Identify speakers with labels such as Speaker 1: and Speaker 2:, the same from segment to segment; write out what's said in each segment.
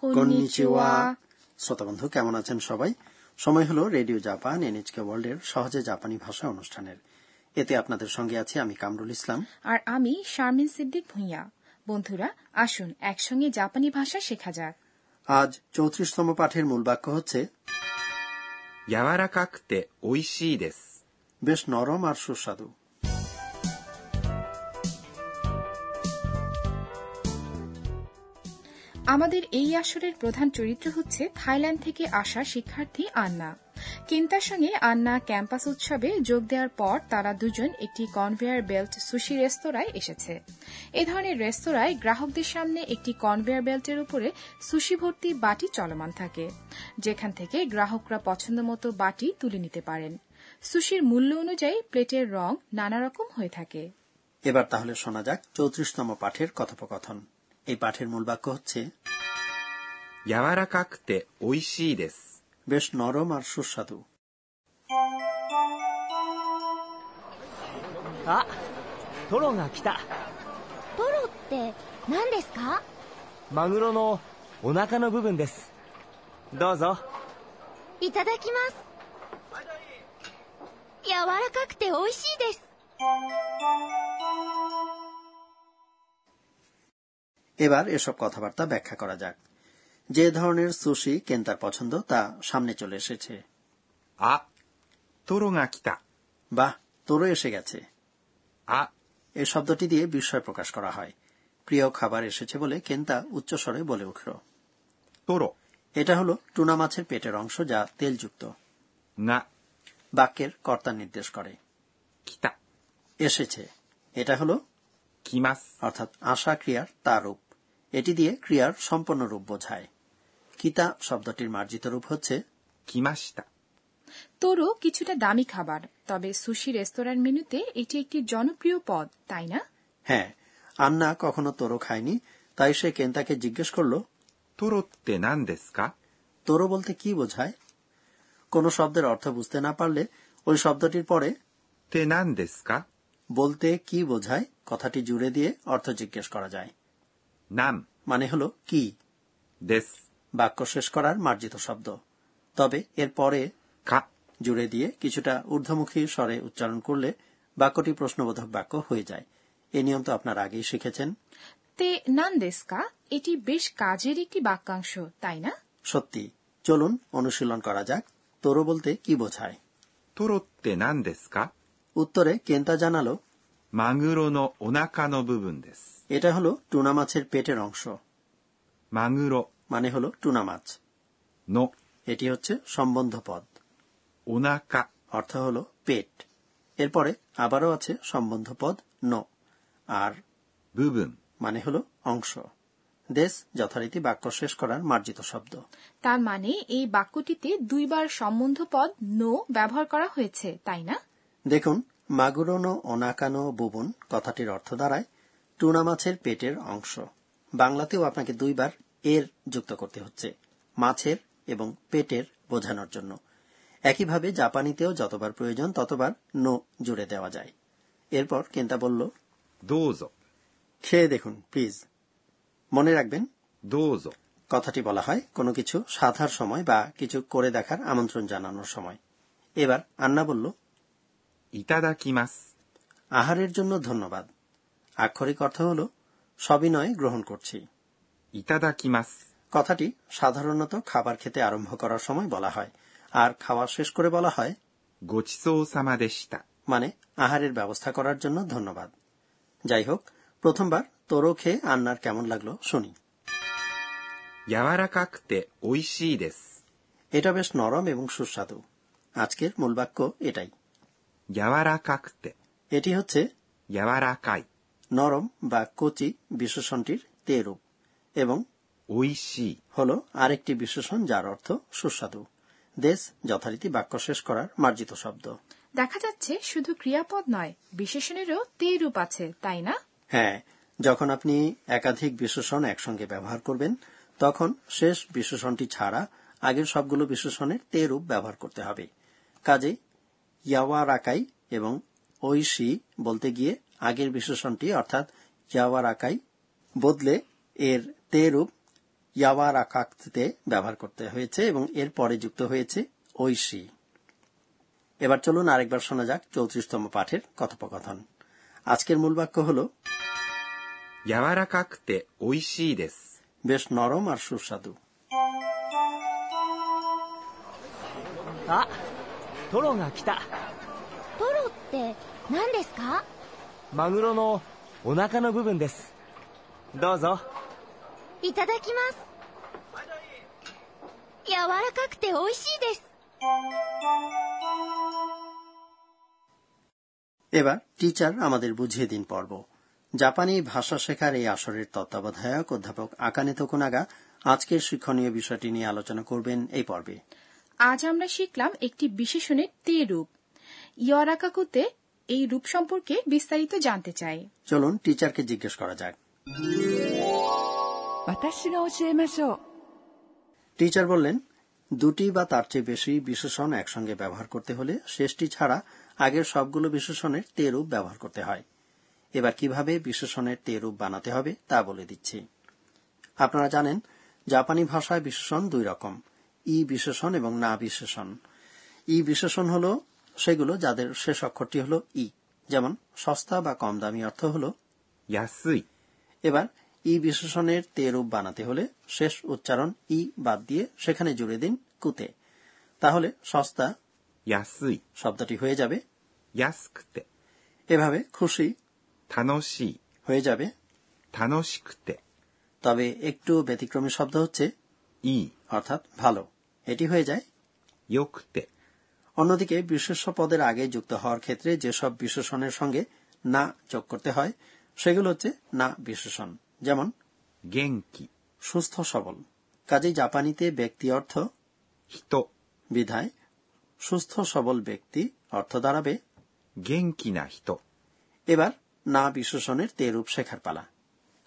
Speaker 1: Konnichiwa.
Speaker 2: শ্রোতা বন্ধু কেমন আছেন সবাই সময় হলো রেডিও জাপান এনএচকে ওয়ার্ল্ডের সহজে জাপানি ভাষা অনুষ্ঠানের এতে আপনাদের সঙ্গে আছি আমি কামরুল ইসলাম
Speaker 1: আর আমি শারমিন সিদ্দিক ভুঁইয়া বন্ধুরা আসুন একসঙ্গে জাপানি ভাষা শেখা যাক
Speaker 2: আজ চৌত্রিশতম পাঠের মূল বাক্য হচ্ছে
Speaker 3: 柔らかくて美味しいです。
Speaker 2: বেশ নরম আর সুস্বাদু
Speaker 1: আমাদের এই আসরের প্রধান চরিত্র হচ্ছে থাইল্যান্ড থেকে আসা শিক্ষার্থী আন্না কেন্তার সঙ্গে আন্না ক্যাম্পাস উৎসবে যোগ দেওয়ার পর তারা দুজন একটি কনভেয়ার বেল্ট সুশি রেস্তোরাঁয় এসেছে এ ধরনের রেস্তোরাঁয় গ্রাহকদের সামনে একটি কনভেয়ার বেল্টের উপরে সুশি ভর্তি বাটি চলমান থাকে যেখান থেকে গ্রাহকরা পছন্দমতো বাটি তুলে নিতে পারেন সুশির মূল্য অনুযায়ী প্লেটের রং নানা রকম হয়ে থাকে
Speaker 2: এবার তাহলে শোনা যাক চৌত্রিশতম পাঠের কথোপকথন এই পাঠের মূল বাক্য হচ্ছে
Speaker 3: 柔らかくて美味しいです。
Speaker 2: বেশ নরম আর সুস্বাদু
Speaker 4: あトロが来た
Speaker 5: トロって何ですか
Speaker 4: マグロのお腹の部分ですどうぞ
Speaker 5: いただきます柔らかくて美味しいです
Speaker 2: এবার এসব কথাবার্তা ব্যাখ্যা করা যাক যে ধরনের সুশি কেন্তার পছন্দ তা সামনে চলে এসেছে
Speaker 3: あ、トロが来た。
Speaker 2: বাহ তোরও এসে গেছে
Speaker 3: あ、
Speaker 2: এই শব্দটি দিয়ে বিস্ময় প্রকাশ করা হয় প্রিয় খাবার এসেছে বলে কেন্তা উচ্চস্বরে বলে উঠল
Speaker 3: トロ
Speaker 2: এটা হলো টুনা মাছের পেটের অংশ যা তেলযুক্ত
Speaker 3: が
Speaker 2: বাক্যের কর্তা নির্দেশ করে
Speaker 3: 来た。
Speaker 2: এসেছে এটা হলো
Speaker 3: 来ます。
Speaker 2: অর্থাৎ আশা ক্রিয়ার তার রূপ এটি দিয়ে ক্রিয়ার সম্পূর্ণ রূপ বোঝায় কিতা শব্দটির মার্জিত রূপ হচ্ছে
Speaker 3: 来ました。
Speaker 1: তোরও কিছুটা দামি খাবার তবে সুশি রেস্তোরাঁর মেনুতে এটি একটি জনপ্রিয় পদ তাই না
Speaker 2: হ্যাঁ আন্না কখনো তোরো খায়নি তাই সে কেন্তাকে জিজ্ঞেস করলো
Speaker 3: トロって何ですか
Speaker 2: তোরো বলতে কি বোঝায় কোনো শব্দের অর্থ বুঝতে না পারলে ওই শব্দটির পরে
Speaker 3: って何ですか
Speaker 2: বলতে কি বোঝায় কথাটি জুড়ে দিয়ে অর্থ জিজ্ঞেস করা যায়
Speaker 3: なん
Speaker 2: মানে হলো কি
Speaker 3: です
Speaker 2: বাক্য শেষ করার মার্জিত শব্দ তবে এর পরে
Speaker 3: か
Speaker 2: জুড়ে দিয়ে কিছুটা ঊর্ধ্বমুখী স্বরে উচ্চারণ করলে বাক্যটি প্রশ্নবোধক বাক্য হয়ে যায় এ নিয়ম তো আপনার আগেই শিখেছেন
Speaker 1: তে নান্দেস্কা এটি বেশ কাজের একটি বাক্যাংশ তাই না
Speaker 2: সত্যি চলুন অনুশীলন করা যাক তোরো বলতে কি বোঝায়
Speaker 3: トロって何ですか
Speaker 2: উত্তরে কেন্তা জানালো
Speaker 3: マグロのお腹の部分です。
Speaker 2: এটা হলো টুনা মাছের পেটের অংশ
Speaker 3: マグロ
Speaker 2: মানে হলো টুনা মাছ
Speaker 3: の
Speaker 2: এটি হচ্ছে সম্বন্ধ পদ
Speaker 3: お腹
Speaker 2: অর্থ হলো পেট এরপরে আবারও আছে সম্বন্ধ পদ নো আর
Speaker 3: 部分
Speaker 2: মানে হলো অংশ দেশ যথারীতি বাক্য শেষ করার মার্জিত শব্দ
Speaker 1: তার মানে এই বাক্যটিতে দুইবার সম্বন্ধ পদ নো ব্যবহার করা হয়েছে তাই না
Speaker 2: দেখুন মাগুরোনো অনাকানো বুবন কথাটির অর্থ দাঁড়ায় টুনা মাছের পেটের অংশ বাংলাতেও আপনাকে দুইবার এর যুক্ত করতে হচ্ছে মাছের এবং পেটের বোঝানোর জন্য একইভাবে জাপানিতেও যতবার প্রয়োজন ততবার নো জুড়ে দেওয়া যায় এরপর কেন্তা বলল
Speaker 3: どうぞ
Speaker 2: খেয়ে দেখুন প্লিজ মনে রাখবেন
Speaker 3: どうぞ
Speaker 2: কথাটি বলা হয় কোনো কিছু সাধার সময় বা কিছু করে দেখার আমন্ত্রণ জানানোর সময় এবার আন্না বলল
Speaker 3: いただきます
Speaker 2: আহারের জন্য ধন্যবাদ আক্ষরিক অর্থ হল সবিনয়ে গ্রহণ করছি
Speaker 3: いただきます。
Speaker 2: কথাটি সাধারণত খাবার খেতে আরম্ভ করার সময় বলা হয় আর খাওয়া শেষ করে বলা হয়
Speaker 3: ごちそうさまでした。
Speaker 2: মানে আহারের ব্যবস্থা করার জন্য ধন্যবাদ যাই হোক প্রথমবার তোরো খেয়ে আন্নার কেমন লাগলো শুনি
Speaker 3: 柔らかくて美味しいです。
Speaker 2: এটা বেশ নরম এবং সুস্বাদু আজকের মূল বাক্য এটাই
Speaker 3: 柔らかくて、
Speaker 2: এটি হচ্ছে
Speaker 3: 柔らかい、
Speaker 2: নরম বা কচি বিশেষণটির তে রূপ এবং
Speaker 3: 美味しい、
Speaker 2: হল আরেকটি বিশেষণ যার অর্থ সুস্বাদু দেশ যথারীতি বাক্য শেষ করার মার্জিত শব্দ
Speaker 1: দেখা যাচ্ছে শুধু ক্রিয়াপদ নয় বিশেষণেরও তে রূপ আছে তাই না
Speaker 2: হ্যাঁ যখন আপনি একাধিক বিশেষণ একসঙ্গে ব্যবহার করবেন তখন শেষ বিশেষণটি ছাড়া আগের সবগুলো বিশেষণের তে রূপ ব্যবহার করতে হবে কাজে ইয়াওয়া রাকাই এবং ঐশি বলতে গিয়ে আগের বিশেষণটি অর্থাৎ ইয়াওয়া রাকাই বদলে এর তে রূপ ইয়াওয়ারা কাকতে ব্যবহার করতে হয়েছে এবং এর পরে যুক্ত হয়েছে ঐশী এবার চলুন আরেকবার শোনা যাক চৌত্রিশতম পাঠের কথোপকথন আজকের মূল বাক্য হলো
Speaker 3: 柔らかくて美味しいです。
Speaker 2: বেশ নরম আর সুস্বাদু
Speaker 4: あトロが来た
Speaker 5: ポロって何ですか
Speaker 4: マグロのお腹の部分ですどうぞ
Speaker 5: いただきます柔らかくて美味しいです
Speaker 2: এবার টিচার আমাদের বুঝিয়ে দিন পর্ব জাপানি ভাষা শেখার এই আসরের তত্ত্বাবধায়ক অধ্যাপক আকানে তকুনাগা আজকের শিক্ষণীয় বিষয়টি নিয়ে আলোচনা করবেন এই পর্বে
Speaker 1: আজ আমরা শিখলাম একটি বিশেষণের তে রূপ ইয়রাকাকুতে এই রূপ সম্পর্কে বিস্তারিত জানতে চাই
Speaker 2: চলুন টিচারকে জিজ্ঞেস করা যাক
Speaker 6: 私が教えましょう
Speaker 2: টিচার বললেন দুটি বা তার চেয়ে বেশি বিশেষণ একসঙ্গে ব্যবহার করতে হলে শেষটি ছাড়া আগের সবগুলো বিশেষণের তে রূপ ব্যবহার করতে হয় এবার কিভাবে বিশেষণের তে রূপ বানাতে হবে তা বলে দিচ্ছি আপনারা জানেন জাপানি ভাষায় বিশেষণ দুই রকম ই বিশেষণ এবং না বিশেষণ ই বিশেষণ হল সেগুলো যাদের শেষ অক্ষরটি হল ই যেমন সস্তা বা কম দামি অর্থ হল
Speaker 3: 安い、
Speaker 2: এবার ই বিশেষণের তে রূপ বানাতে হলে শেষ উচ্চারণ ই বাদ দিয়ে সেখানে জুড়ে দিন কুতে তাহলে সস্তা
Speaker 3: 安い、
Speaker 2: শব্দটি হয়ে যাবে
Speaker 3: 安くて、
Speaker 2: এভাবে খুশি
Speaker 3: 楽しい、
Speaker 2: হয়ে যাবে
Speaker 3: 楽しくて、
Speaker 2: তবে একটু ব্যতিক্রমী শব্দ হচ্ছে
Speaker 3: いい、
Speaker 2: অর্থাৎ ভালো এটি হয়ে যায়
Speaker 3: 良くて、
Speaker 2: অন্যদিকে বিশেষ্য পদের আগে যুক্ত হওয়ার ক্ষেত্রে যেসব বিশেষণের সঙ্গে না যোগ করতে হয় সেগুলো হচ্ছে না বিশেষণ যেমন
Speaker 3: 元気、
Speaker 2: সুস্থ সবল কাজেই জাপানিতে ব্যক্তি অর্থ
Speaker 3: 人、
Speaker 2: বিধায় সুস্থ সবল ব্যক্তি অর্থ দাঁড়াবে
Speaker 3: 元気な人、
Speaker 2: এবার না বিশেষণের তে রূপ শেখার পালা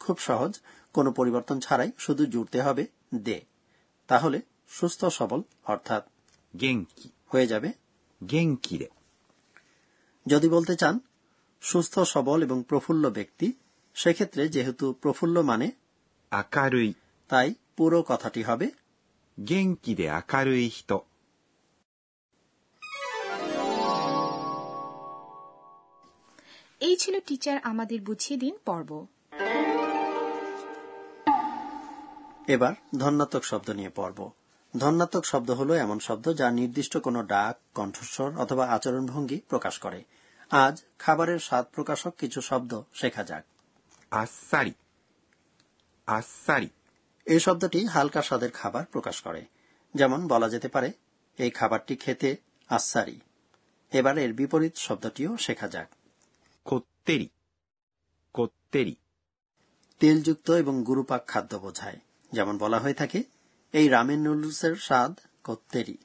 Speaker 2: খুব সহজ কোনো পরিবর্তন ছাড়াই শুধু জুড়তে হবে দে তাহলে সুস্থ সবল অর্থাৎ
Speaker 3: 元気、
Speaker 2: হয়ে যাবে
Speaker 3: 元気で、
Speaker 2: যদি বলতে চান সুস্থ সবল এবং প্রফুল্ল ব্যক্তি সেক্ষেত্রে যেহেতু প্রফুল্ল মানে
Speaker 3: 明るい、
Speaker 2: তাই পুরো কথাটি হবে
Speaker 3: 元気で明るい人、
Speaker 1: এই ছিল টিচার আমাদের বুঝিয়ে দিন পর্ব
Speaker 2: এবার ধন্যাত্মক শব্দ নিয়ে পড়ব ধন্যাত্মক শব্দ হল এমন শব্দ যা নির্দিষ্ট কোনো ডাক কণ্ঠস্বর অথবা আচরণভঙ্গি প্রকাশ করে আজ খাবারের স্বাদ প্রকাশক কিছু শব্দ শেখা যাক
Speaker 3: あっさり、あっさり、
Speaker 2: এই শব্দটি হালকা স্বাদের খাবার প্রকাশ করে যেমন বলা যেতে পারে এই খাবারটি খেতে আসারি এবার এর বিপরীত শব্দটিও শেখা যাক
Speaker 3: こってり、こってり、
Speaker 2: তেলযুক্ত এবং গুরুপাক খাদ্য বোঝায় যেমন বলা হয়ে থাকে এই রামেন নুডলসের স্বাদ কত্তেরি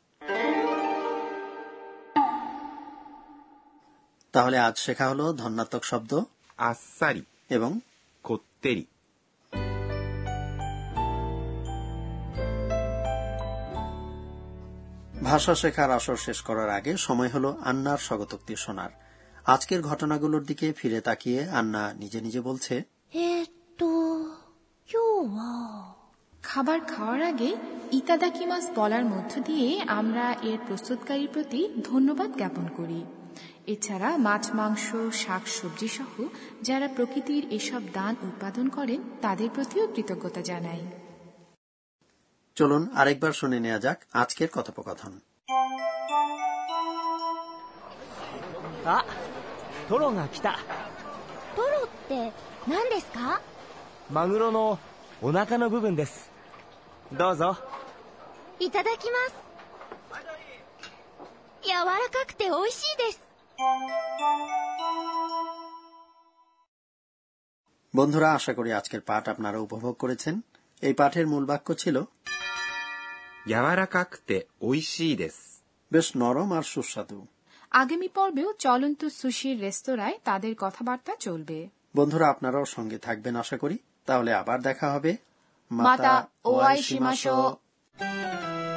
Speaker 2: তাহলে আজ শেখা হলো ধন্যাত্মক শব্দ
Speaker 3: あっさり、
Speaker 2: এবং
Speaker 3: こってり、
Speaker 2: ভাষা শেখার আসর শেষ করার আগে সময় হলো আন্নার স্বগতোক্তি শোনার আজকের ঘটনাগুলোর দিকে ফিরে তাকিয়ে আন্না নিজে নিজে বলছে
Speaker 5: えーっと今日は
Speaker 1: খাবার খাওয়ার আগে ইতাদাকিমাস বলার মধ্য দিয়ে আমরা এর প্রস্তুতকারীর প্রতি ধন্যবাদ জ্ঞাপন করি এছাড়া মাছ মাংস শাক সবজি সহ যারা প্রকৃতির এসব দান উৎপাদন করেন তাদের প্রতিও কৃতজ্ঞতা জানাই
Speaker 2: চলুন আরেকবার শুনে নেওয়া যাক আজকের কথোপকথন
Speaker 4: あトロが来た
Speaker 5: ポロって何ですか
Speaker 4: マグロのお腹の部分ですどうぞ
Speaker 5: いただきます柔らかくて美味しいです
Speaker 2: বন্ধুরা আশা করি আজকের পাঠ আপনারা উপভোগ করেছেন এই পাঠের মূল বাক্য ছিল
Speaker 3: 柔らかくて美味しいです。
Speaker 2: বেশ নরম আর সুস্বাদু
Speaker 1: আগামী পর্বেও চলন্ত সুশির রেস্তোরাঁয় তাদের কথাবার্তা চলবে
Speaker 2: বন্ধুরা আপনারাও সঙ্গে থাকবেন আশা করি তাহলে আবার দেখা হবে
Speaker 1: মাতা ওয়াই সীমাশো